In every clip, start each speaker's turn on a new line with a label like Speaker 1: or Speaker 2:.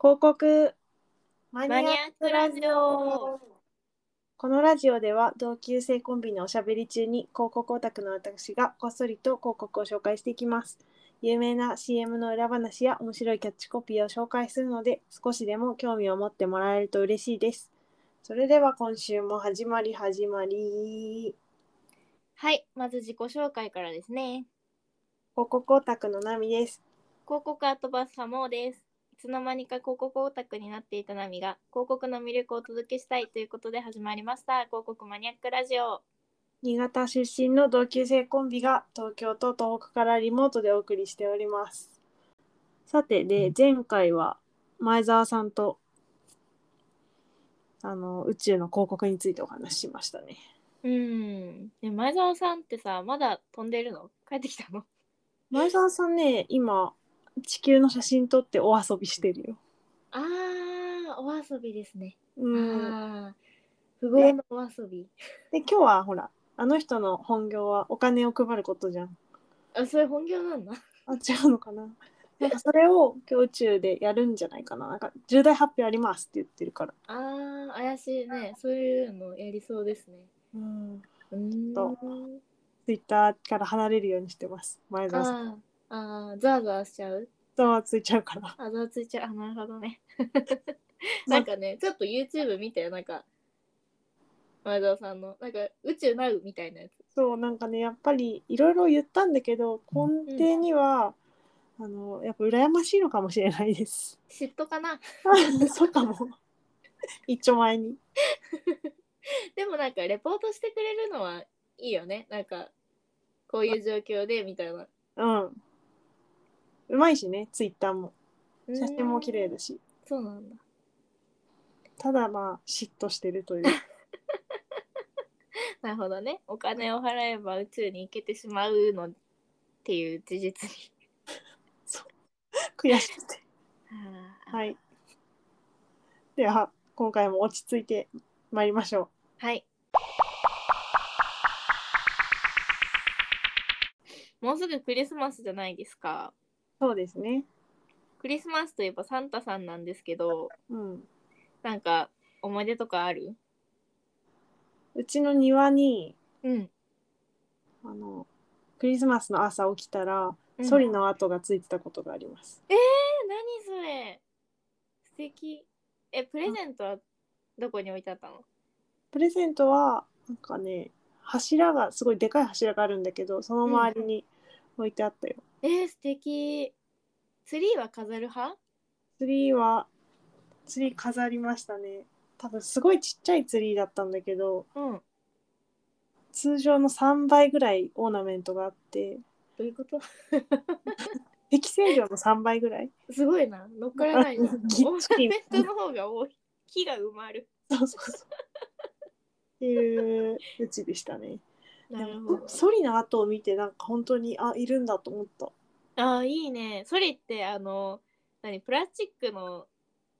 Speaker 1: 広告マ
Speaker 2: マニアックラジオ
Speaker 1: このラジオでは同級生コンビのおしゃべり中に広告オタクの私がこっそりと広告を紹介していきます有名な CM の裏話や面白いキャッチコピーを紹介するので少しでも興味を持ってもらえると嬉しいですそれでは今週も始まり始まり
Speaker 2: はい、まず自己紹介からですね。
Speaker 1: 広告オタクのナミです
Speaker 2: 広告アートバスサモーです。いつの間にか広告オタクになっていたナミが広告の魅力をお届けしたいということで始まりました広告マニアックラジオ。
Speaker 1: 新潟出身の同級生コンビが東京と東北からリモートでお送りしております。さてで前回は前澤さんとあの宇宙の広告についてお話ししましたね。
Speaker 2: うん。で前澤さんってさ、まだ飛んでるの帰ってきたの
Speaker 1: 前澤さんね今地球の写真撮ってお遊びしてるよ。
Speaker 2: あー、お遊びですね。
Speaker 1: うん、
Speaker 2: あー、不合のお遊び。
Speaker 1: で今日はほらあの人の本業はお金を配ることじゃん。
Speaker 2: あ、それ本業なんだ。
Speaker 1: あ違うのかななんかそれを今日宇宙でやるんじゃないかな。なんか重大発表ありますって言ってるから。
Speaker 2: あー、怪しいね。そういうのやりそうですね。
Speaker 1: うん
Speaker 2: うー
Speaker 1: そ
Speaker 2: ん。
Speaker 1: ツイッターから離れるようにしてます。前澤さん
Speaker 2: あー、あー、ザーザーしちゃう
Speaker 1: ざわついちゃうから。
Speaker 2: あざわついちゃう。あ、なるほどね。なんかね、ちょっと YouTube 見て、なんか、前澤さんの、なんか、宇宙なうみたいなやつ。
Speaker 1: そうなんかねやっぱりいろいろ言ったんだけど根底には、あのやっぱ羨ましいのかもしれない です。
Speaker 2: 嫉妬かな
Speaker 1: そうかも。一丁前に。
Speaker 2: でもなんか、レポートしてくれるのはいいよね。なんか、こういう状況で、みたいな。
Speaker 1: うん。うまいしねツイッターも写真も綺麗
Speaker 2: だ。
Speaker 1: だし。
Speaker 2: そうなんだ。
Speaker 1: ただまあ嫉妬してる という。
Speaker 2: なるほどね。お金を払えば宇宙に行けてしまうのっていう事実に。。
Speaker 1: 悔しくて。はいい。では今回も落ち着いて参りましょう。
Speaker 2: はい。もうすぐクリスマスじゃないですか。
Speaker 1: そうですね。
Speaker 2: クリスマスといえばサンタさんなんですけど
Speaker 1: うん。
Speaker 2: なんか思い出とかある
Speaker 1: うちの庭に
Speaker 2: うん、
Speaker 1: あのクリスマスの朝起きたら、
Speaker 2: うん、
Speaker 1: ソリ
Speaker 2: え
Speaker 1: の跡がついてたことがあります。
Speaker 2: 何それ素敵えプレゼントはどこに置いてあったの
Speaker 1: プレゼントはなんかね柱がすごいでかい柱があるんだけどその周りに置いてあったよ。
Speaker 2: えー、素敵ツリーは飾る派
Speaker 1: ツリーはツリー飾りましたね。多分すごいちっちゃいツリーだったんだけど
Speaker 2: うんど
Speaker 1: 通常の3倍ぐらいオーナメントがあって
Speaker 2: ういうこと
Speaker 1: 適正量の3倍ぐらい
Speaker 2: すごいな乗っから ないな
Speaker 1: ぎっ
Speaker 2: オー
Speaker 1: ち
Speaker 2: ナ
Speaker 1: り
Speaker 2: メントの方が多い木が埋まる
Speaker 1: そうそうそう。っていううちでしたね。
Speaker 2: なる
Speaker 1: で
Speaker 2: ほ
Speaker 1: も
Speaker 2: ど
Speaker 1: ソリの跡を見てなんか本当にあいるんだと思った。
Speaker 2: あーいいねソリってあの何プラスチックの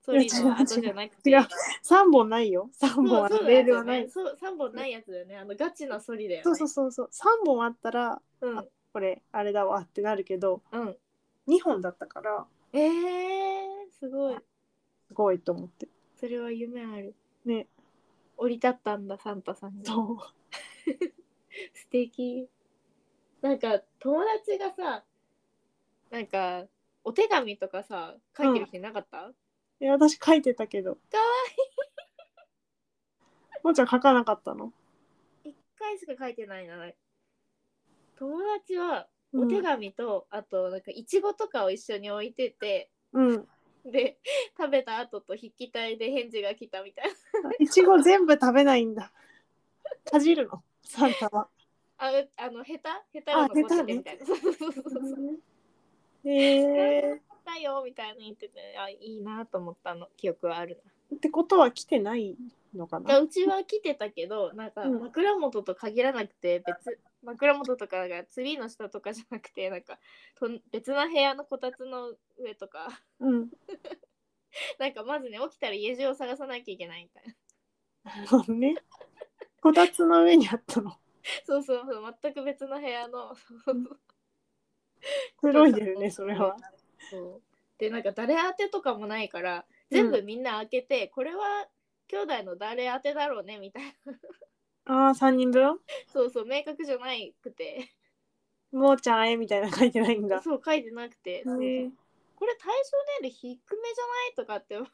Speaker 2: ソリの跡じゃなくて
Speaker 1: 違う違う三本ないよ。三本あ
Speaker 2: そう
Speaker 1: る
Speaker 2: そう
Speaker 1: レールはない。
Speaker 2: そう三本ないやつだよね。あのガチなソリだよね。
Speaker 1: そうそうそうそう。三本あったら
Speaker 2: うん
Speaker 1: これあれだわってなるけど、
Speaker 2: うん。
Speaker 1: 二本だったから
Speaker 2: ええー、すごい。
Speaker 1: すごいと思って。
Speaker 2: それは夢ある。
Speaker 1: ね、
Speaker 2: 降り立ったんだサンタさんが。
Speaker 1: そう。
Speaker 2: 素敵。なんか友達がさ、なんかお手紙とかさ書いてる人いなかった？
Speaker 1: え私書いてたけど。
Speaker 2: かわ
Speaker 1: もーちゃん書かなかったの？
Speaker 2: 一、回しか書いてないな。友達はお手紙と、あとなんかいちごとかを一緒に置いてて。
Speaker 1: うん。うん。
Speaker 2: で 食べた後と筆記体で返事が来たみたいない
Speaker 1: ちご全部食べないんだ。かじるの。サンタは。
Speaker 2: あ、うあの、ヘタヘタを残っててみたいな。そうそうそうそう
Speaker 1: へえ
Speaker 2: だよみたいな言ってて、あ、いいなと思ったの、記憶はある
Speaker 1: ってことは来てないのか
Speaker 2: な。
Speaker 1: な？
Speaker 2: うちは来てたけど、なんか
Speaker 1: うん
Speaker 2: 枕元と限らなくて、別、枕元とかがツリーの下とかじゃなくて、なんか、と別な部屋のこたつの上とか、
Speaker 1: うん。
Speaker 2: なんかまずね、起きたら家中を探さなきゃいけないみたいな。
Speaker 1: そうね。こたつの上にあったの。
Speaker 2: そうそうそう、全く別の部屋の。
Speaker 1: 黒いですね、それは。
Speaker 2: そうでなんか誰宛てとかもないから全部みんな開けて、これは兄弟の誰宛てだろうねみたいな
Speaker 1: ああ、3人分
Speaker 2: そうそう明確じゃないくて
Speaker 1: もーちゃんへみたいなの書いてないんだ。
Speaker 2: そう書いてなくて、そう
Speaker 1: へえ
Speaker 2: これ対象年齢低めじゃないとかって思う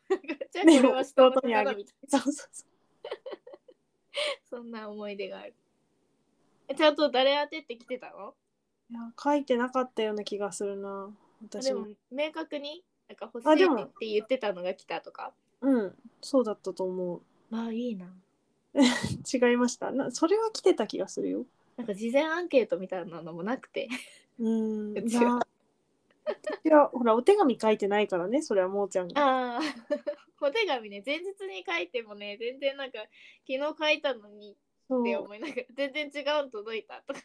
Speaker 2: じゃ
Speaker 1: ね
Speaker 2: あこれは人の方だみたい
Speaker 1: そう
Speaker 2: な
Speaker 1: そうそ
Speaker 2: そんな思い出があるえちゃんと誰宛てって来てたの
Speaker 1: う。いや、書いてなかったような気がするな。私
Speaker 2: で
Speaker 1: も
Speaker 2: も。明確になんか欲し
Speaker 1: あ
Speaker 2: い
Speaker 1: で
Speaker 2: っ
Speaker 1: も
Speaker 2: て言ってたのが来たとか
Speaker 1: うん、そうだったと思う。
Speaker 2: まあいいな
Speaker 1: 違いました。な、それは来てた気がするよ。
Speaker 2: なんか事前アンケートみたいなのもなくて
Speaker 1: うーん。
Speaker 2: う
Speaker 1: い
Speaker 2: ち
Speaker 1: や
Speaker 2: は、
Speaker 1: 私はほら、お手紙書いてないからね、それはもーちゃんが。
Speaker 2: ああ お手紙ね前日に書いてもね全然なんか昨日書いたのに
Speaker 1: そ
Speaker 2: っ
Speaker 1: う。
Speaker 2: て
Speaker 1: い
Speaker 2: 思いながら全然違うの届いたとか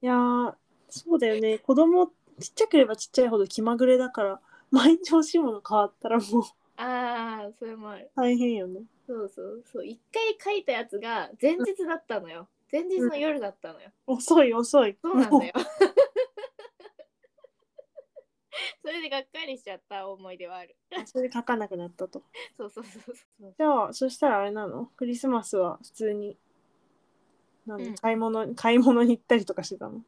Speaker 1: やー、そうだよね。子供、ちっちゃければちっちゃいほど気まぐれだから、 毎日欲しいもの変わったらもう
Speaker 2: ああそれもある
Speaker 1: 大変よね。
Speaker 2: そうそうそう一回書いたやつが前日だったのよ前日の夜だったのよ、
Speaker 1: 遅い遅い。
Speaker 2: そうなんだ
Speaker 1: も
Speaker 2: よ それでがっかりしちゃった思い出はある
Speaker 1: う。それで書かなくなったと。
Speaker 2: そうそうそうそう
Speaker 1: じゃあ、そしたらあれなのクリスマスは普通に、なん
Speaker 2: うん
Speaker 1: 買い物、買い物に行ったりとかしてたの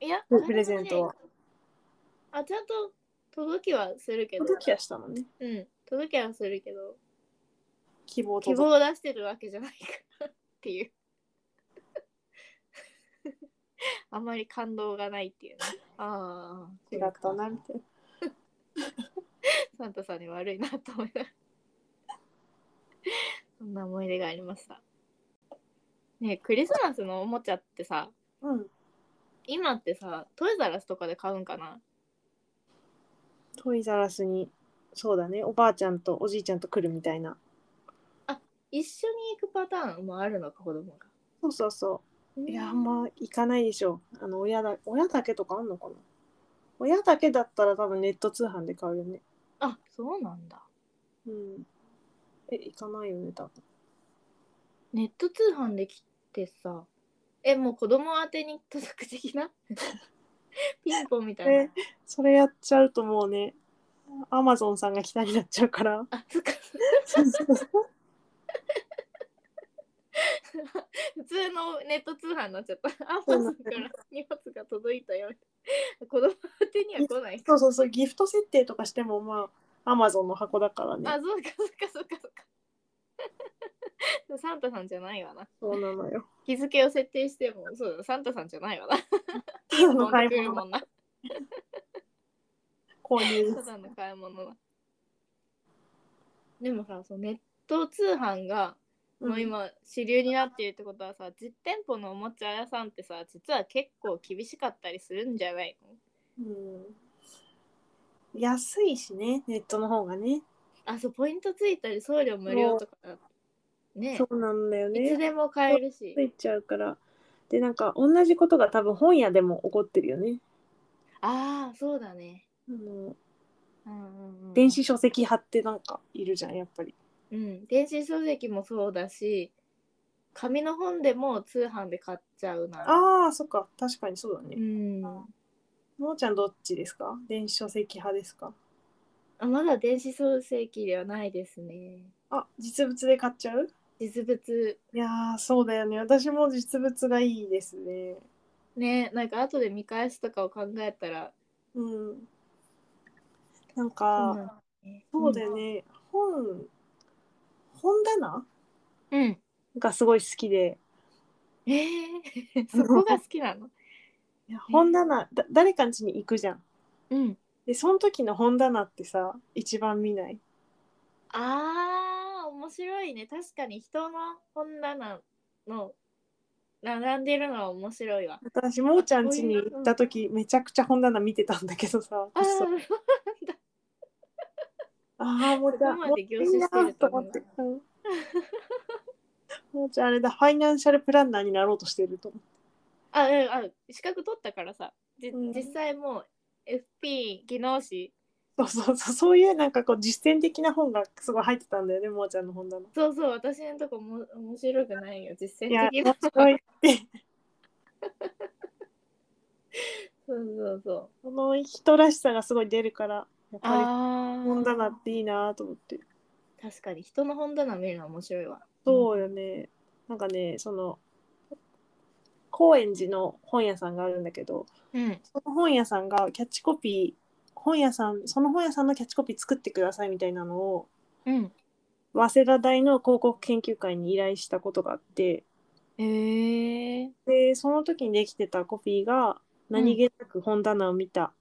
Speaker 2: いや
Speaker 1: プレゼントは
Speaker 2: あちゃんと届きはするけど
Speaker 1: 届きはしたのね。
Speaker 2: うん届きはするけど
Speaker 1: 希望
Speaker 2: 希
Speaker 1: 届
Speaker 2: 望を出してるわけじゃないからっていう あまり感動がないっていうねああ
Speaker 1: きだったな、みたいな。
Speaker 2: サンタさんに悪いなと思いながら そんな思い出がありましたねえクリスマスのおもちゃってさ
Speaker 1: うん。
Speaker 2: 今ってさトイザラスとかで買うんかな
Speaker 1: トイザラスに、そうだね、おばあちゃんとおじいちゃんと来るみたいな。
Speaker 2: 一緒に行くパターンもあるのか子供が
Speaker 1: そうそうそう。いや、あんま
Speaker 2: う
Speaker 1: 行かないでしょ。あの、親だ、親だけとかあんのかな親だけだったら多分ネット通販で買うよね。
Speaker 2: あそうなんだ
Speaker 1: うん。え、行かないよね、多分。
Speaker 2: ネット通販できてさえもう子供宛てに届く的な ピンポンみたいな、
Speaker 1: えそれやっちゃうともうね、アマゾンさんが来たになっちゃうから。
Speaker 2: あそっか
Speaker 1: そうそうそう
Speaker 2: 普通のネット通販になっちゃったア
Speaker 1: そう
Speaker 2: マ
Speaker 1: な
Speaker 2: ゾ
Speaker 1: ん
Speaker 2: ンか
Speaker 1: だよ
Speaker 2: ら荷物が届いたよ子供宛てには来ない
Speaker 1: そうそうそうギフト設定とかしてもまあアマゾンの箱だから
Speaker 2: あ
Speaker 1: ね
Speaker 2: そうかそうかそうかそうかサンタさんじゃないわな
Speaker 1: そうなのよ
Speaker 2: 日付を設定してもそうだサンタさんじゃないわな
Speaker 1: ただの買
Speaker 2: 飛
Speaker 1: い
Speaker 2: んでくる
Speaker 1: 物の
Speaker 2: もんな
Speaker 1: 購入
Speaker 2: ただの買い物だでもさそうネット通販がもう今主流になっているってことはさ、実店舗のおもちゃ屋さんってさ実は結構厳しかったりするんじゃないの
Speaker 1: うん、安いしねネットの方がね
Speaker 2: あそうポイントついたり送料無料とかね
Speaker 1: そうなんだよ
Speaker 2: いつ
Speaker 1: ね
Speaker 2: でも買えるし
Speaker 1: ついちゃうからでなんか同じことが多分本屋でも起こってるよね
Speaker 2: ああそうだね、
Speaker 1: あの
Speaker 2: うんうんうん、
Speaker 1: 電子書籍派ってなんかいるじゃんやっぱり
Speaker 2: うん電子書籍もそうだし紙の本でも通販で買っちゃうな
Speaker 1: ああそっか確かにそうだ
Speaker 2: う
Speaker 1: ね、
Speaker 2: ん
Speaker 1: もーちゃんどっちですか電子書籍派ですか
Speaker 2: あまだ電子書籍ではないですね
Speaker 1: あ実物で買っちゃう
Speaker 2: 実物
Speaker 1: いやーそうだよね私も実物がいいですね
Speaker 2: ねなんか後で見返しとかを考えたら
Speaker 1: うんなんか、そうだよね、本本棚
Speaker 2: うん、うん
Speaker 1: がすごい好きで
Speaker 2: えー そこが好きなの
Speaker 1: いや本棚だ誰かん家に行くじゃん
Speaker 2: うん
Speaker 1: でその時の本棚ってさ一番見ない
Speaker 2: あー面白いね確かに人の本棚の並んでるのは面白いわ
Speaker 1: 私もーちゃん家に行った時めちゃくちゃ本棚見てたんだけどさ
Speaker 2: あ
Speaker 1: こ
Speaker 2: ー
Speaker 1: っそりああもーちゃん
Speaker 2: そこまで凝視してると
Speaker 1: もういいなと思って、うん、もーちゃんあれだファイナンシャルプランナーになろうとしてると思
Speaker 2: あうんあ資格取ったからさじ、
Speaker 1: うん
Speaker 2: 実際もう FP 技能士
Speaker 1: うそうそうそうそういうなんかこう実践的な本がすごい入ってたんだよねもーちゃんの本棚
Speaker 2: そうそう私のとこも面白くないよ実
Speaker 1: いや
Speaker 2: 践的な
Speaker 1: 面白い って
Speaker 2: そうそうそ
Speaker 1: この人らしさがすごい出るからやっぱ
Speaker 2: あ
Speaker 1: り
Speaker 2: ー
Speaker 1: 本棚っていいなと思って。
Speaker 2: 確かに人の本棚見るのは面白いわ
Speaker 1: そうよね。なんかね、その、高円寺の本屋さんがあるんだけど、
Speaker 2: うん
Speaker 1: その本屋さんがキャッチコピー、本屋さん、その本屋さんのキャッチコピー作ってくださいみたいなのを、
Speaker 2: うん
Speaker 1: 早稲田大の広告研究会に依頼したことがあって、
Speaker 2: へえ
Speaker 1: で、その時にできてたコピーが、何気なく本棚を見た。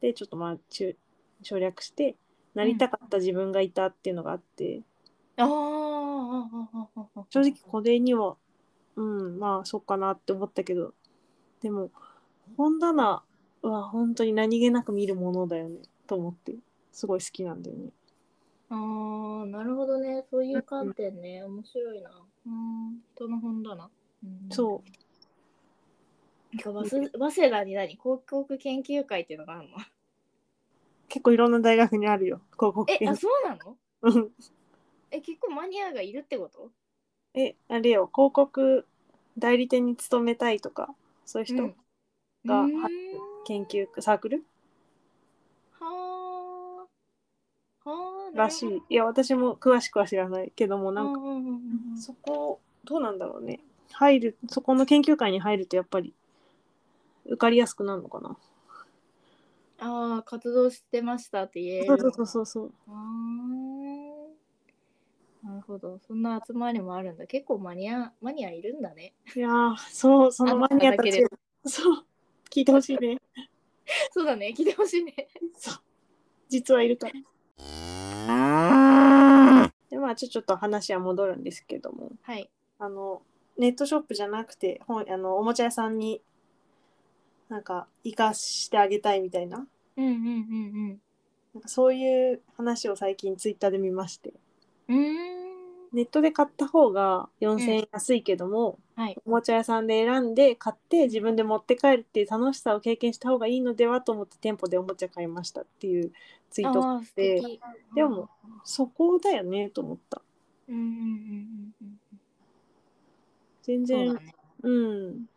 Speaker 1: で、ちょっとまあ、中省略して、なりたかった自分がいたっていうのがあって、
Speaker 2: あーあーあーあーあー
Speaker 1: 正直これにはうんまあそうかなって思ったけどでも本棚は本当に何気なく見るものだよねと思ってすごい好きなんだよね。
Speaker 2: あーなるほどねそういう観点ね面白いなうん人の本棚、うん、
Speaker 1: そう
Speaker 2: か早稲早稲田に何広告研究会っていうのがあるの
Speaker 1: う結構いろんな大学にあるよ広告
Speaker 2: え
Speaker 1: 研
Speaker 2: あそうなの
Speaker 1: うん
Speaker 2: え結構マニアがいるってこと
Speaker 1: えあれよ広告代理店に勤めたいとかそういう人、
Speaker 2: うん
Speaker 1: が
Speaker 2: うーん
Speaker 1: 入研究サークル
Speaker 2: はあはあ
Speaker 1: らしいいや私も詳しくは知らないけどもなんか、
Speaker 2: か
Speaker 1: そこどうなんだろうね入るそこの研究会に入るとやっぱり受かりやすくなるのかな
Speaker 2: ああ活動してましたって言える
Speaker 1: そうそうそうそう。
Speaker 2: うーんなるほどそんな集まりもあるんだ結構マニアマニアいるんだね
Speaker 1: いやーそう、そのマニア
Speaker 2: あん
Speaker 1: た
Speaker 2: ただけ
Speaker 1: ち
Speaker 2: で。
Speaker 1: そう、聞いてほしいね。
Speaker 2: そうだね聞いてほしいね
Speaker 1: そう。実はいるから。で、まあ、ちょ、ちょっと話は戻るんですけども、
Speaker 2: はい
Speaker 1: あの、ネットショップじゃなくて、本、あの、おもちゃ屋さんに、なんか、生かしてあげたいみたいな、
Speaker 2: うんうんうん
Speaker 1: なんかそういう話を最近ツイッターで見まして、
Speaker 2: うんうーん
Speaker 1: ネットで買った方が4000円安いけども、
Speaker 2: はい
Speaker 1: おもちゃ屋さんで選んで買って自分で持って帰るっていう楽しさを経験した方がいいのではと思って店舗でおもちゃ買いましたっていうツイート
Speaker 2: ああ素敵
Speaker 1: でもそこだよねと思った
Speaker 2: うんうんうんうん
Speaker 1: 全
Speaker 2: そう
Speaker 1: 然
Speaker 2: だ
Speaker 1: う,、
Speaker 2: ね
Speaker 1: ん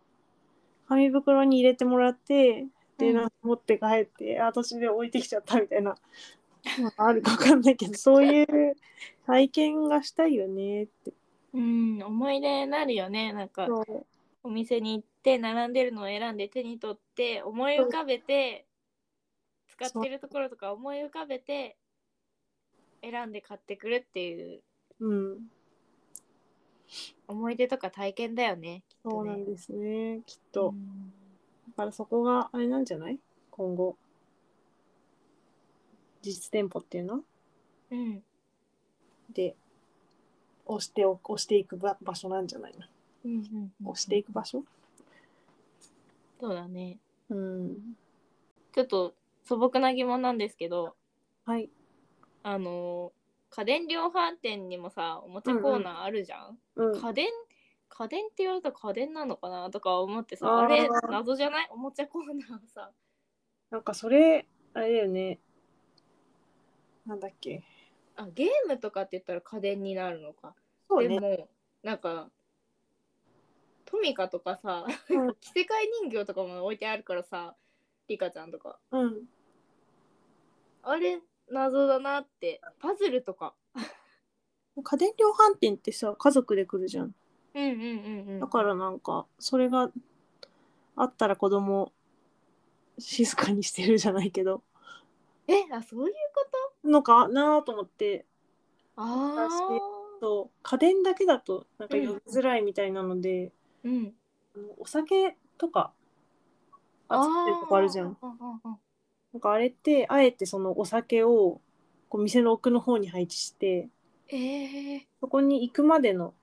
Speaker 1: 紙袋に入れてもらってで、
Speaker 2: うん
Speaker 1: なんか持って帰ってあ私で置いてきちゃったみたいなまああるか分かんないけどそういう体験がしたいよね って
Speaker 2: うん思い出になるよねなんか
Speaker 1: そう
Speaker 2: お店に行って並んでるのを選んで手に取って思い浮かべて使ってるところとか思い浮かべて選んで買ってくるっていう
Speaker 1: うん
Speaker 2: 思い出とか体験だよねきっ
Speaker 1: そ
Speaker 2: と
Speaker 1: うな
Speaker 2: ね
Speaker 1: んですねきっ
Speaker 2: う
Speaker 1: と
Speaker 2: ん
Speaker 1: だからそこがあれなんじゃない今後実店舗っていうの
Speaker 2: うん
Speaker 1: で押してお押していくば場所なんじゃないの
Speaker 2: うんうんうん
Speaker 1: 押していく場所
Speaker 2: そうだね
Speaker 1: うん
Speaker 2: ちょっと素朴な疑問なんですけど
Speaker 1: はい
Speaker 2: あのー家電量販店にもさおもちゃコーナーあるじゃん、
Speaker 1: うん
Speaker 2: 家電家電って言われたら家電なのかなとか思ってさ
Speaker 1: あー
Speaker 2: あれ謎じゃないおもちゃコーナーさ
Speaker 1: なんかそれあれだよねなんだっけ
Speaker 2: あゲームとかって言ったら家電になるのか、
Speaker 1: そうね
Speaker 2: でもなんかトミカとかさ、
Speaker 1: うん
Speaker 2: 着せ替え人形とかも置いてあるからさリカちゃんとか
Speaker 1: うん
Speaker 2: あれ謎だなってパズルとか
Speaker 1: 家電量販店ってさ家族で来るじゃん
Speaker 2: うんうんうんうん
Speaker 1: だからなんかそれがあったら子供静かにしてるじゃないけど
Speaker 2: えあそういうこと
Speaker 1: のかなと思って
Speaker 2: ああ
Speaker 1: と家電だけだとなんか呼びづらいみたいなので、
Speaker 2: うん
Speaker 1: あのお酒とか扱ってるとこあるじゃん
Speaker 2: あーうんうん
Speaker 1: なんかあれってあえてそのお酒をこう店の奥の方に配置して
Speaker 2: ええ
Speaker 1: そこに行くまでの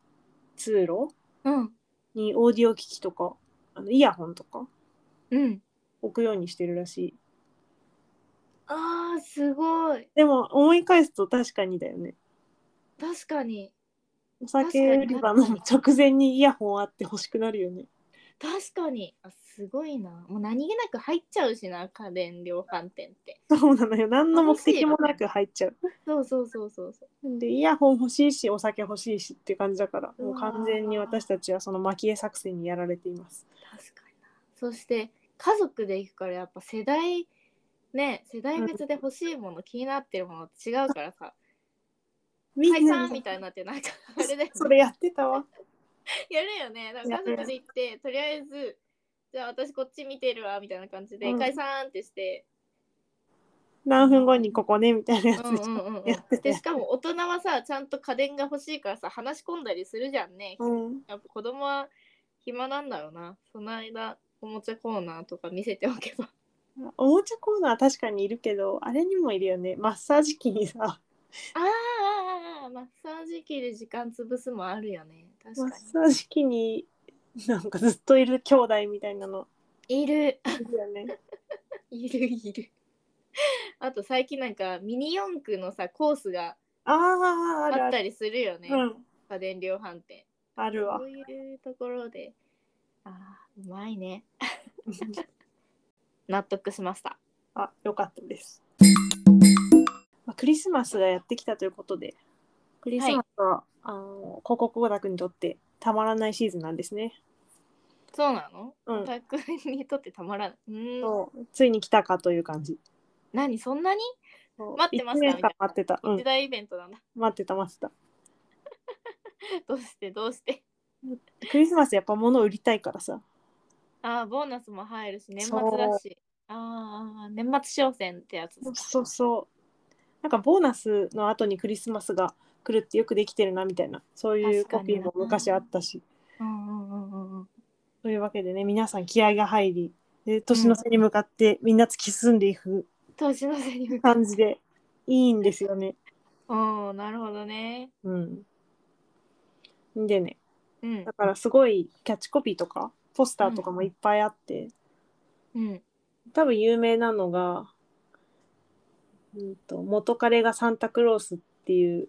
Speaker 1: 通路
Speaker 2: うん
Speaker 1: にオーディオ機器とかあのイヤホンとか
Speaker 2: うん
Speaker 1: 置くようにしてるらしい
Speaker 2: あーすごい
Speaker 1: でも思い返すと確かにだよね
Speaker 2: 確かに
Speaker 1: お酒売り場の直前にイヤホンあって欲しくなるよね
Speaker 2: 確かにあすごいなもう何気なく入っちゃうしな家電量販店って
Speaker 1: そうなのよ何の目的もなく入っちゃう
Speaker 2: そうそうそうそうそう
Speaker 1: でイヤホン欲しいしお酒欲しいしって感じだからもう
Speaker 2: うわー
Speaker 1: 完全に私たちはその蒔絵作戦にやられています
Speaker 2: 確かになそして家族で行くからやっぱ世代ね世代別で欲しいもの、気になってるものって違うからさ
Speaker 1: み
Speaker 2: 解
Speaker 1: んな
Speaker 2: 散みたいになってなんかあれで
Speaker 1: それやってたわ。
Speaker 2: やるよねなんか家族で行ってとりあえずじゃあ私こっち見てるわみたいな感じで、
Speaker 1: うん
Speaker 2: 解散ってして、
Speaker 1: 何分後にここねみたいなやつ
Speaker 2: う
Speaker 1: で
Speaker 2: ん
Speaker 1: しょ。
Speaker 2: うんうん
Speaker 1: やってた
Speaker 2: うん、でしかも大人はさちゃんと家電が欲しいからさ話し込んだりするじゃんね、
Speaker 1: うん
Speaker 2: やっぱ子供は暇なんだろうなその間おもちゃコーナーとか見せておけば
Speaker 1: おもちゃコーナーは確かにいるけどあれにもいるよねマッサージ機にさ
Speaker 2: あーあーあーマッサージ機で時間潰すもあるよね確
Speaker 1: マッ
Speaker 2: か
Speaker 1: サージ機になんかずっといる兄弟みたいなの
Speaker 2: にいる
Speaker 1: いるよね。
Speaker 2: いるいる。あと最近なんかミニ四駆のさコースが
Speaker 1: ああある
Speaker 2: あ
Speaker 1: あ
Speaker 2: った
Speaker 1: る。
Speaker 2: りするよね、
Speaker 1: うん、
Speaker 2: 家電量販店。
Speaker 1: あるわ
Speaker 2: そう。いうところであーうまいね納得しました。
Speaker 1: あよかったです。まあ、クリスマスがやってきたということでクリスマスは、あの広告語学にとってたまらないシーズンなんですね。
Speaker 2: そうなの
Speaker 1: うん
Speaker 2: オタクにとってたまらない。うーん
Speaker 1: そうついに来たかという感じ。
Speaker 2: 何そんなに
Speaker 1: そう
Speaker 2: 待ってました
Speaker 1: 一年間待ってた。う
Speaker 2: 一
Speaker 1: ん、
Speaker 2: 大イベントなんだ。
Speaker 1: 待ってた待ってた。
Speaker 2: どうしてどうして
Speaker 1: クリスマスやっぱ物を売りたいからさ。
Speaker 2: ああボーナスも入るし年末
Speaker 1: そう
Speaker 2: だし。ああ年末商戦ってやつですか
Speaker 1: そうそう。なんかボーナスの後にクリスマスが来るってよくできてるなみたいなそういうコピーも昔あったし
Speaker 2: うんうんうんうんうん。
Speaker 1: というわけでね皆さん気合が入りで年の瀬に向かってみんな突き進んでいく
Speaker 2: 年の瀬に向か
Speaker 1: 感じでいいんですよね。
Speaker 2: おおなるほどね。
Speaker 1: うん、でね
Speaker 2: うん
Speaker 1: だからすごいキャッチコピーとかポスターとかもいっぱいあって、
Speaker 2: うん。
Speaker 1: 多分有名なのが、うん、と元彼がサンタクロースっていう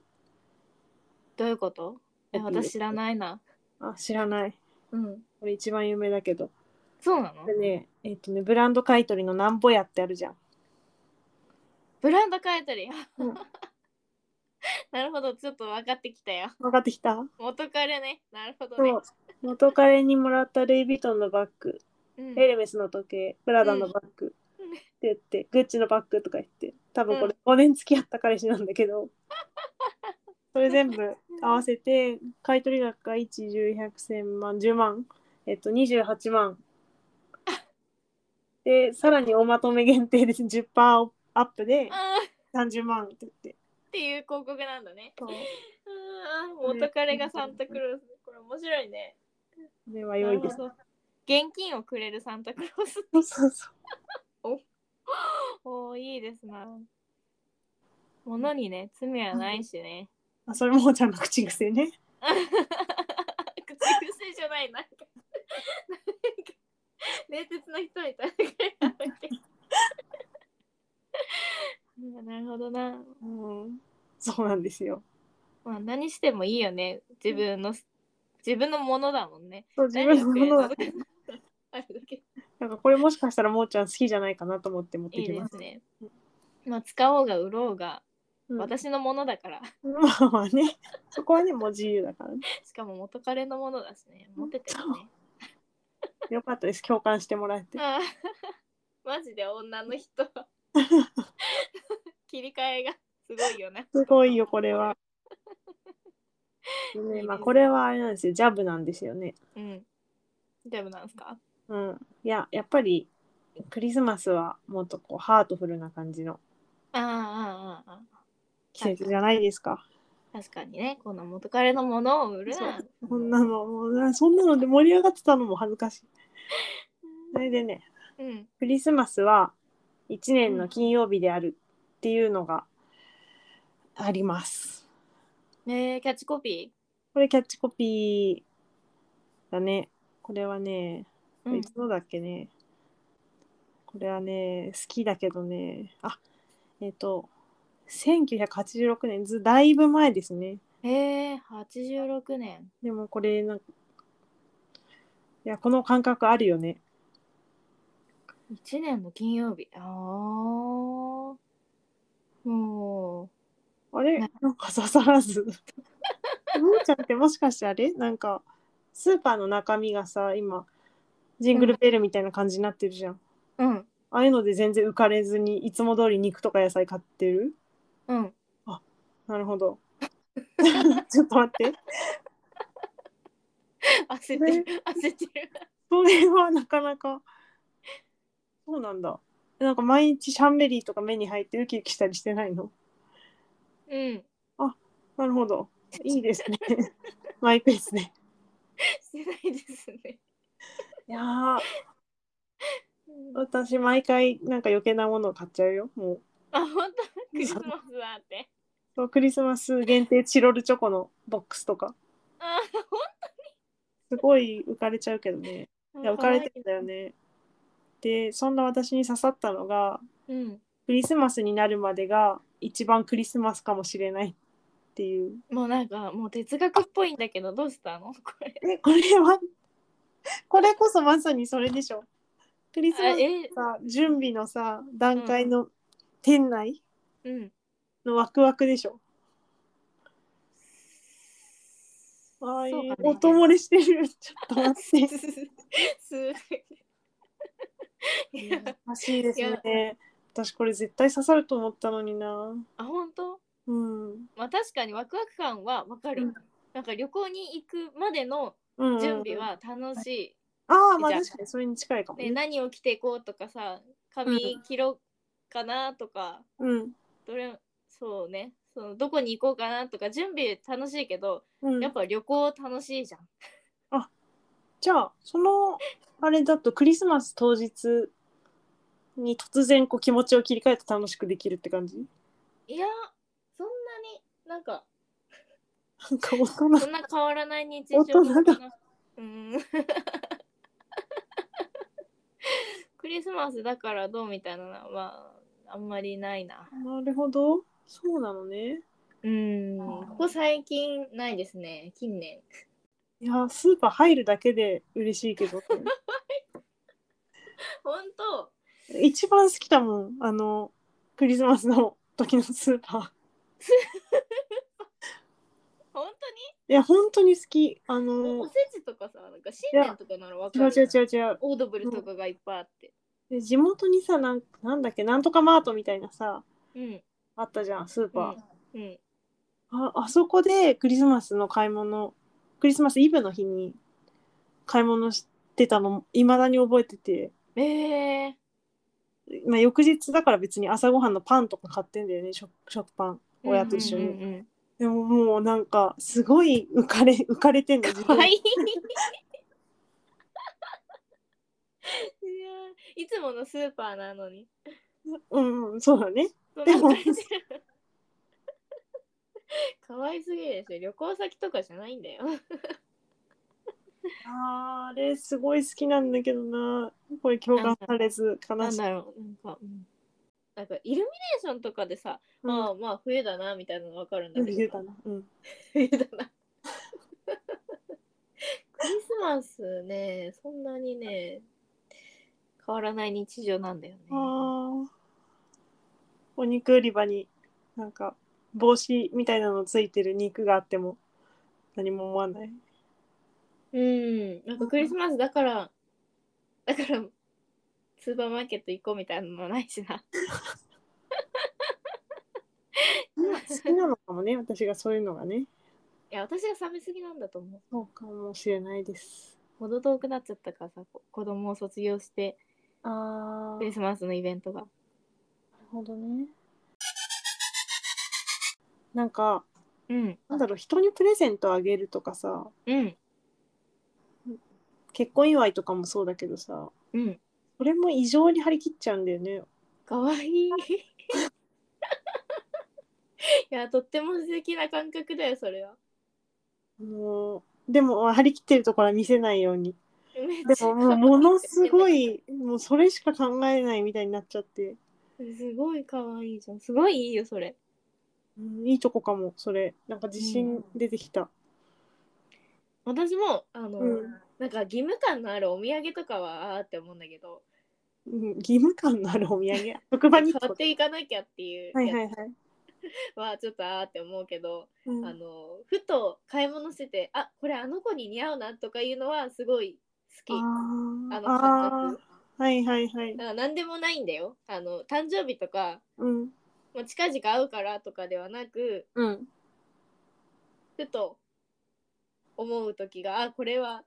Speaker 2: どういうことえ
Speaker 1: コピー
Speaker 2: 私知らないな。
Speaker 1: あ知らない
Speaker 2: うん。
Speaker 1: これ一番有名だけど
Speaker 2: そうなの
Speaker 1: これねえっ、とねブランド買い取りのなんぼやってあるじゃん
Speaker 2: ブランド変えたり。
Speaker 1: うん
Speaker 2: なるほど、ちょっと分かってきたよ。
Speaker 1: 分かってきた
Speaker 2: 元彼ね。なるほどね。
Speaker 1: そう元彼にもらったルイ・ヴィトンのバッグ、
Speaker 2: うん
Speaker 1: エルメスの時計プラダのバッグ、
Speaker 2: う
Speaker 1: っ
Speaker 2: ん
Speaker 1: て言ってグッチのバッグとか言って多分これ5年付き合った彼氏なんだけ ど、それ全部合わせて買取額が110100万10万えっと28万でさらにおまとめ限定で10%アップで
Speaker 2: あーっ
Speaker 1: 30万って言って。
Speaker 2: ていう広告なんだね。あー元彼がサンタクロース。これ面白いね。
Speaker 1: これは良いです。
Speaker 2: なるほど現金をくれるサンタクロース。
Speaker 1: そうそうそ
Speaker 2: おお、いいですな。物にね、罪はないし ね。
Speaker 1: う。あそれもおちゃんの口癖ね。
Speaker 2: 口癖じゃないなんかなんか冷徹な人みたいな感じうんなるほどな、
Speaker 1: うん。そうなんですよ。
Speaker 2: まあ、何してもいいよね自分の、自分のものだもんね
Speaker 1: そう自分のものは
Speaker 2: 何をくれるのかあれだけ
Speaker 1: なんかこれもしかしたらもうちゃん好きじゃないかなと思って持って
Speaker 2: いい
Speaker 1: き
Speaker 2: で
Speaker 1: ます
Speaker 2: す。ねまあ使おうが売ろうが、
Speaker 1: うん
Speaker 2: 私のものだから
Speaker 1: まあまあね。そこはねもう自由だからね。
Speaker 2: しかも元彼のものだしね持っててもね
Speaker 1: よかったです。共感してもらえ て。
Speaker 2: あーマジで女の人切り替えがすごいよね
Speaker 1: すごいよこれ は。ね、まあこれはあれなんですよ。ジャブなんですよね。
Speaker 2: うん。でもなんですか
Speaker 1: うん。いややっぱりクリスマスはもっとこうハートフルな感じの
Speaker 2: あああああ
Speaker 1: 季節じゃないですか。
Speaker 2: あ確かにねこの元彼のものを売るな
Speaker 1: そんなのもうなそんなので盛り上がってたのも恥ずかしい。それでね
Speaker 2: うん
Speaker 1: クリスマスは1年の金曜日であるっていうのがあります。
Speaker 2: ねえキャッチコピ
Speaker 1: これキャッチコピーだね。これはね、
Speaker 2: ー、うん
Speaker 1: い、つのだっけね。これはね、好きだけどね。あえっ、と、1986年ず、だいぶ前ですね。
Speaker 2: えー、86年
Speaker 1: でもこれなんか、いや、この感覚あるよね。
Speaker 2: 1年の金曜日ああもう
Speaker 1: あれ
Speaker 2: ね
Speaker 1: なんか刺さらず。むーちゃんってもしかしてあれなんかスーパーの中身がさ今ジングルベルみたいな感じになってるじゃん。
Speaker 2: うん
Speaker 1: ああいうので全然浮かれずにいつも通り肉とか野菜買ってる
Speaker 2: うん。
Speaker 1: なるほど ちょっと待って
Speaker 2: 焦ってる。焦ってる。
Speaker 1: それはなかなかそうなんだなんか毎日シャンベリーとか目に入ってウキウキしたりしてないの
Speaker 2: うん。
Speaker 1: なるほどいいです ねマイペースね
Speaker 2: してないですね。
Speaker 1: いやー
Speaker 2: うん
Speaker 1: 私毎回なんか余計なものを買っちゃうよもう
Speaker 2: あ、 本当クリスマスだって。
Speaker 1: そうクリスマス限定チロルチョコのボックスとか
Speaker 2: あ、
Speaker 1: すごい浮かれちゃうけどね
Speaker 2: ほん
Speaker 1: いや浮かれてるんだよ。ねでそんな私に刺さったのが
Speaker 2: うん。
Speaker 1: クリスマスになるまでが一番クリスマスかもしれないっていう
Speaker 2: もうなんか、もう哲学っぽいんだけど、どうしたのこれ。
Speaker 1: えこれはこれこそまさにそれでしょクリス
Speaker 2: あ
Speaker 1: マスの
Speaker 2: え、
Speaker 1: さ準備のさ段階の店内
Speaker 2: うん。
Speaker 1: のワクワクでしょ、ああいう
Speaker 2: そうかね
Speaker 1: 音漏れしてるちょっと待って
Speaker 2: す いや
Speaker 1: 難しいです
Speaker 2: い
Speaker 1: ね私これ絶対刺さると思ったのにな
Speaker 2: あ本当
Speaker 1: うん
Speaker 2: まあ確かにワクワク感はわかる、
Speaker 1: うん
Speaker 2: なんか旅行に行くまでの
Speaker 1: うんうん
Speaker 2: 準備は楽しい、
Speaker 1: ああまあ
Speaker 2: じゃあ
Speaker 1: 確かにそれに近いかも
Speaker 2: で
Speaker 1: ね
Speaker 2: 何を着ていこうとかさ髪切ろうかなとか、
Speaker 1: うん
Speaker 2: どれそうねそのどこに行こうかなとか準備楽しいけど、
Speaker 1: うん
Speaker 2: やっぱ旅行楽しいじゃん
Speaker 1: じゃあそのあれだとクリスマス当日に突然こう気持ちを切り替えて楽しくできるって感じ
Speaker 2: いやそんなになんか
Speaker 1: なんか大人
Speaker 2: そんな変わらない日
Speaker 1: 大
Speaker 2: 常
Speaker 1: 人だ
Speaker 2: うん クリスマスだからどうみたいなのは、まあ、あんまりないな
Speaker 1: なるほどそうなのね
Speaker 2: うん
Speaker 1: あー
Speaker 2: ここ最近ないですね近年
Speaker 1: いやスーパー入るだけで嬉しいけど
Speaker 2: 本当
Speaker 1: 一番好きだもんあのクリスマスの時のスーパー
Speaker 2: 本
Speaker 1: いや本当に好きあ
Speaker 2: 当にお
Speaker 1: の
Speaker 2: せちとかさなんか新年とかならわ
Speaker 1: 違
Speaker 2: か
Speaker 1: う
Speaker 2: る
Speaker 1: 違う
Speaker 2: う
Speaker 1: 違う違う
Speaker 2: オードブルとかがいっぱいあって
Speaker 1: で地元にさなんなんだっけなんとかマートみたいなさ
Speaker 2: うん
Speaker 1: あったじゃんスーパー、
Speaker 2: うん、うん、
Speaker 1: ああそこでクリスマスの買い物クリスマスイブの日に買い物してたのいまだに覚えてて、
Speaker 2: えー、
Speaker 1: まあ、翌日だから別に朝ごはんのパンとか買ってんだよね食食パン親と一緒に、
Speaker 2: うんうん
Speaker 1: でももうなんかすごい浮かれ浮かれてんだ
Speaker 2: うん
Speaker 1: 自
Speaker 2: か
Speaker 1: 分
Speaker 2: わいいいやーいつものスーパーなのに
Speaker 1: うんうんそうだね
Speaker 2: そん
Speaker 1: で
Speaker 2: な
Speaker 1: も
Speaker 2: 感じかわいすぎるでしょ旅行先とかじゃないんだよ
Speaker 1: あーあれすごい好きなんだけどなこれ共感されず悲
Speaker 2: な
Speaker 1: し
Speaker 2: ん
Speaker 1: い
Speaker 2: だろうなんか、うん、なんかイルミネーションとかでさ、まあまあ冬だなみたいなのわかるんだ
Speaker 1: うん
Speaker 2: けど
Speaker 1: 言うたなうん
Speaker 2: 冬だなクリスマスねそんなにね変わらない日常なんだよね
Speaker 1: ああ。お肉売り場になんか帽子みたいなのついてる肉があっても何も思わない。
Speaker 2: うんなんかクリスマスだからだからスーパーマーケット行こうみたいなのもないしな
Speaker 1: 好きなのかもね、 私がそういうのがね。
Speaker 2: いや私が冷めすぎなんだと思う
Speaker 1: そうかもしれないです。
Speaker 2: ほど遠くなっちゃったからさこ子供を卒業して
Speaker 1: ああ。
Speaker 2: クリスマスのイベントが
Speaker 1: なるほどね。なんか、
Speaker 2: うん
Speaker 1: なんだろう、人にプレゼントあげるとかさ、
Speaker 2: うん
Speaker 1: 結婚祝いとかもそうだけどさ、
Speaker 2: うん
Speaker 1: それも異常に張り切っちゃうんだよね。
Speaker 2: かわい いいやとっても素敵な感覚だよそれは
Speaker 1: もう、でも張り切ってるところは見せないように。
Speaker 2: めっ
Speaker 1: で
Speaker 2: ちゃ
Speaker 1: ももうものすごいもうそれしか考えないみたいになっちゃって、
Speaker 2: すごいかわいいじゃんすごいいいよそれ
Speaker 1: うん、いいとこかもそれなんか自信出てきた、
Speaker 2: 私もあの、
Speaker 1: うん
Speaker 2: なんか義務感のあるお土産とかはあーって思うんだけど
Speaker 1: うん義務感のあるお土産職場に
Speaker 2: 買っていかなきゃっていう
Speaker 1: はいはい
Speaker 2: や
Speaker 1: はい、
Speaker 2: つはちょっとあーって思うけど、
Speaker 1: うん、
Speaker 2: あのふと買い物しててあこれあの子に似合うなとかいうのはすごい好きあ
Speaker 1: あー
Speaker 2: の感
Speaker 1: あー
Speaker 2: 覚
Speaker 1: はいはいはい
Speaker 2: だ。から何でもないんだよあの誕生日とか、
Speaker 1: うん。
Speaker 2: まあ、近々会うからとかではなく
Speaker 1: うん。
Speaker 2: ふと思う時があこれは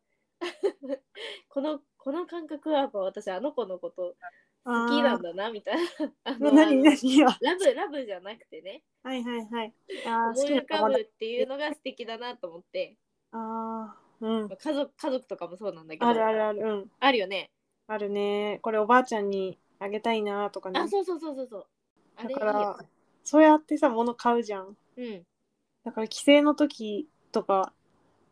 Speaker 2: このこの感覚はやっぱ私あの子のこと好きなんだなみたいなあの
Speaker 1: な 何
Speaker 2: あの
Speaker 1: 何よ。
Speaker 2: ラブラブじゃなくてね
Speaker 1: はいはいはい。ああ、好
Speaker 2: 思
Speaker 1: き
Speaker 2: い
Speaker 1: な
Speaker 2: 浮か
Speaker 1: 友
Speaker 2: ぶ
Speaker 1: 達。
Speaker 2: っていうのが素敵だなと思って
Speaker 1: ああ、うん
Speaker 2: ま。あ家族家族とかもそうなんだけど
Speaker 1: あるあるある。うん。
Speaker 2: あるよね
Speaker 1: あるね。これおばあちゃんにあげたいなとかね
Speaker 2: あ。そうそうそうそうそうあれい
Speaker 1: だ
Speaker 2: い
Speaker 1: から
Speaker 2: よ、
Speaker 1: そうやってさ、物買うじゃん。
Speaker 2: うん
Speaker 1: だから帰省の時とか、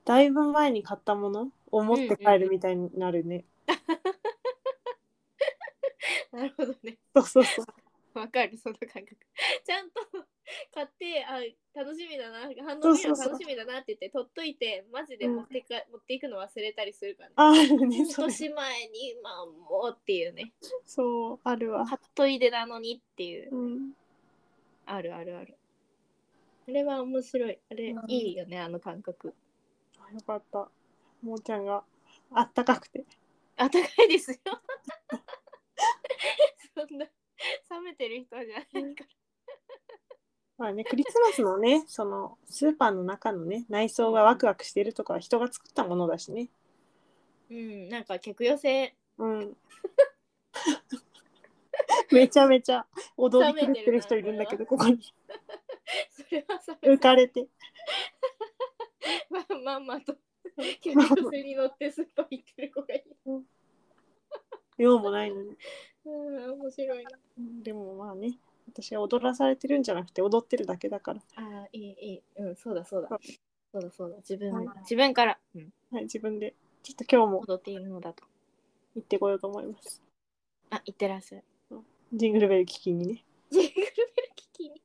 Speaker 1: だいぶ前に買ったものを持って帰るみたいになるね。
Speaker 2: なるほどね
Speaker 1: そうそう そう。
Speaker 2: わかるその感覚 ちゃんと 買ってあ楽しみだな反応見る
Speaker 1: そう
Speaker 2: の
Speaker 1: そうそう
Speaker 2: 楽しみだなって言って取っといてマジで持ってか、持っていくの忘れたりするからね
Speaker 1: ああるね。 そ
Speaker 2: 半
Speaker 1: れ
Speaker 2: 年前にまあもうっていうね
Speaker 1: そう、あるわ。
Speaker 2: 買っといでなのにっていう
Speaker 1: うん。
Speaker 2: あるあるあるあれは面白いあれ、
Speaker 1: うん
Speaker 2: いいよねあの感覚
Speaker 1: あよかった。もーちゃんがあったかくて。
Speaker 2: あったかいですよそんな冷めてる人じゃないから
Speaker 1: まあね、クリスマスのね、そのスーパーの中のね、内装がワクワクしてるとかは人が作ったものだしね。
Speaker 2: うんなんか客寄せ
Speaker 1: うん。めちゃめちゃ踊り狂ってる人いるんだけど、ここに
Speaker 2: それは冷め
Speaker 1: 浮かれて。
Speaker 2: まあまあまあ と客
Speaker 1: まあ
Speaker 2: 寄せに乗ってスーパー行ってる子がいる
Speaker 1: 用もないのに。
Speaker 2: うん面白いな
Speaker 1: でもまあね、私は踊らされてるんじゃなくて踊ってるだけだから。
Speaker 2: あーいいいいうんそうだそうだ
Speaker 1: そう
Speaker 2: そうだそうだ自分、
Speaker 1: はい
Speaker 2: 自分から、うん、
Speaker 1: はい、自分で。ちょっと今日も
Speaker 2: 踊っているのだと
Speaker 1: 行ってこようと思います。
Speaker 2: あ行ってらっしゃい
Speaker 1: ジングルベル聞きにね。
Speaker 2: ジングルベル聞きに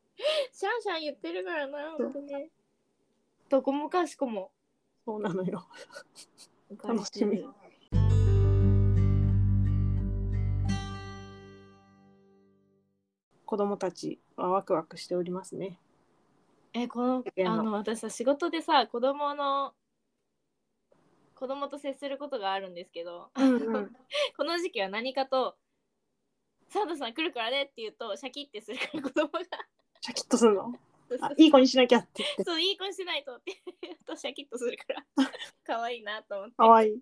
Speaker 2: シャンシャン言ってるからな
Speaker 1: そう
Speaker 2: 本当ねどこもかしこも
Speaker 1: そうなのよ。
Speaker 2: 楽
Speaker 1: しみ子供たちはワクワクしておりますね。
Speaker 2: えこの
Speaker 1: や
Speaker 2: あの私さ仕事でさ子供の子供と接することがあるんですけど
Speaker 1: うん
Speaker 2: うん。この時期は何かと「サンタさん来るからね」って言うとシャキッてするから子供が
Speaker 1: シャキッとするの。
Speaker 2: そう そう
Speaker 1: あいい子にしなきゃって言って。
Speaker 2: そういい子にしないとって言うとシャキッとするから 可愛いなと思って
Speaker 1: かわ いい。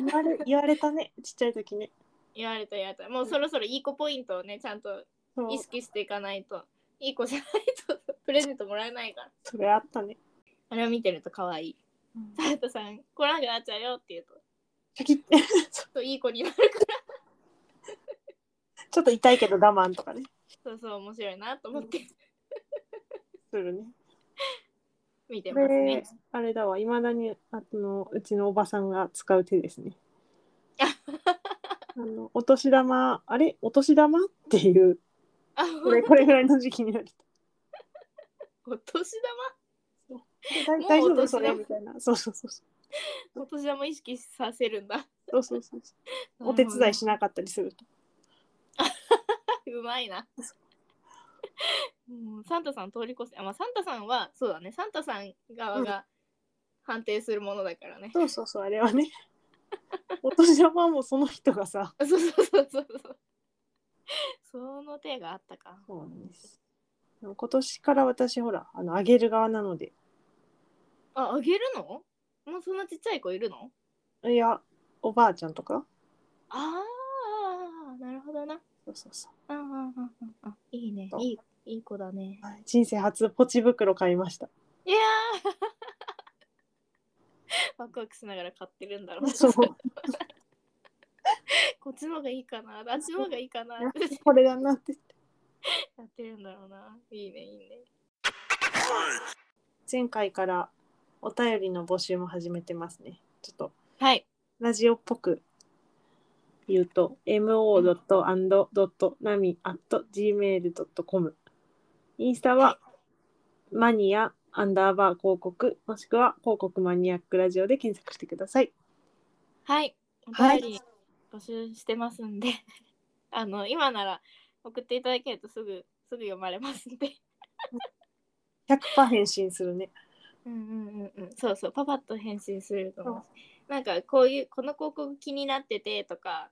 Speaker 1: 言われ言われたね、ちっちゃい時ね。
Speaker 2: 言われた言われたもうそろそろいい子ポイントをねちゃんと
Speaker 1: そう
Speaker 2: 意識していかないといい子じゃないと プレゼントもらえないから
Speaker 1: それあったね。
Speaker 2: あれを見てると可愛いサンタさん来なくなっちゃうよって言うと
Speaker 1: シャキッて。
Speaker 2: そういい子になるから
Speaker 1: ちょっと痛いけど我慢とかね。
Speaker 2: そうそう面白いなと思って
Speaker 1: するね。
Speaker 2: 見て
Speaker 1: こ
Speaker 2: ます
Speaker 1: れ
Speaker 2: ね
Speaker 1: あれだわ、いまだにあのうちのおばさんが使う手です ね。あのお年玉、あれお年玉っていう、
Speaker 2: あ
Speaker 1: これこれぐらいの時期になると。
Speaker 2: お年
Speaker 1: で大
Speaker 2: もう
Speaker 1: 大丈
Speaker 2: お
Speaker 1: 夫
Speaker 2: 年
Speaker 1: それ
Speaker 2: 玉
Speaker 1: みたいな。そうそうそうそう。
Speaker 2: 玉お年玉意識させるんだ
Speaker 1: そうそうそうそうお手伝いしなかったりすると。
Speaker 2: うまいな。うんサンタさん通り越せ、あ、まあ、サンタさんは、そうだね、サンタさん側が判定するものだからね。
Speaker 1: そうそうそう、あれは ね。お年玉はもうその人がさ。
Speaker 2: そうそうそうそうそう。その手があったか。
Speaker 1: そうなんです。でも今年から私ほら、あの、あげる側なので。
Speaker 2: あ、あげるの。もうそんなちっちゃい子いるの。
Speaker 1: いや、おばあちゃんとか。
Speaker 2: ああ、なるほどな。
Speaker 1: そうそうそう。
Speaker 2: ああ、ああ、あ、いいね。いい、いい子だね。
Speaker 1: はい人生初ポチ袋買いました。
Speaker 2: いやー。 ワクワクしながら買ってるんだろう。
Speaker 1: そう。
Speaker 2: こっちの方がいいかな、あっちの方がいいかな。
Speaker 1: これだなって。
Speaker 2: やってるんだろうな。いいね、いいね。
Speaker 1: 前回からお便りの募集も始めてますね。ちょっと
Speaker 2: はい。
Speaker 1: ラジオっぽく言うと、mo.and.nami.gmail.com。インスタは、マニアアンダーバー広告、もしくは広告マニアックラジオで検索してください。
Speaker 2: はい。お
Speaker 1: はい
Speaker 2: 便り募集してますんで、 あの、今なら送っていただけるとすぐ、すぐ読まれますんで。
Speaker 1: 100%返信するね。
Speaker 2: うんうんうんうん、そうそうパパッと返信するかもしれないなんかこういうこの広告気になっててとか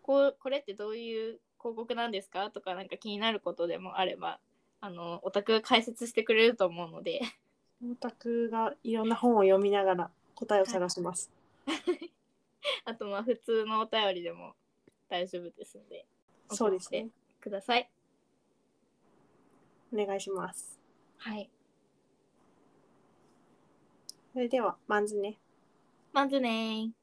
Speaker 2: こうこれってどういう広告なんですかとかなんか気になることでもあればあのオタクが解説してくれると思うので
Speaker 1: オタクがいろんな本を読みながら答えを探します。
Speaker 2: あとまあ普通のお便りでも大丈夫ですので
Speaker 1: そうですね。
Speaker 2: ください
Speaker 1: お願いします。
Speaker 2: はい
Speaker 1: それでは、まんずね。
Speaker 2: まずねー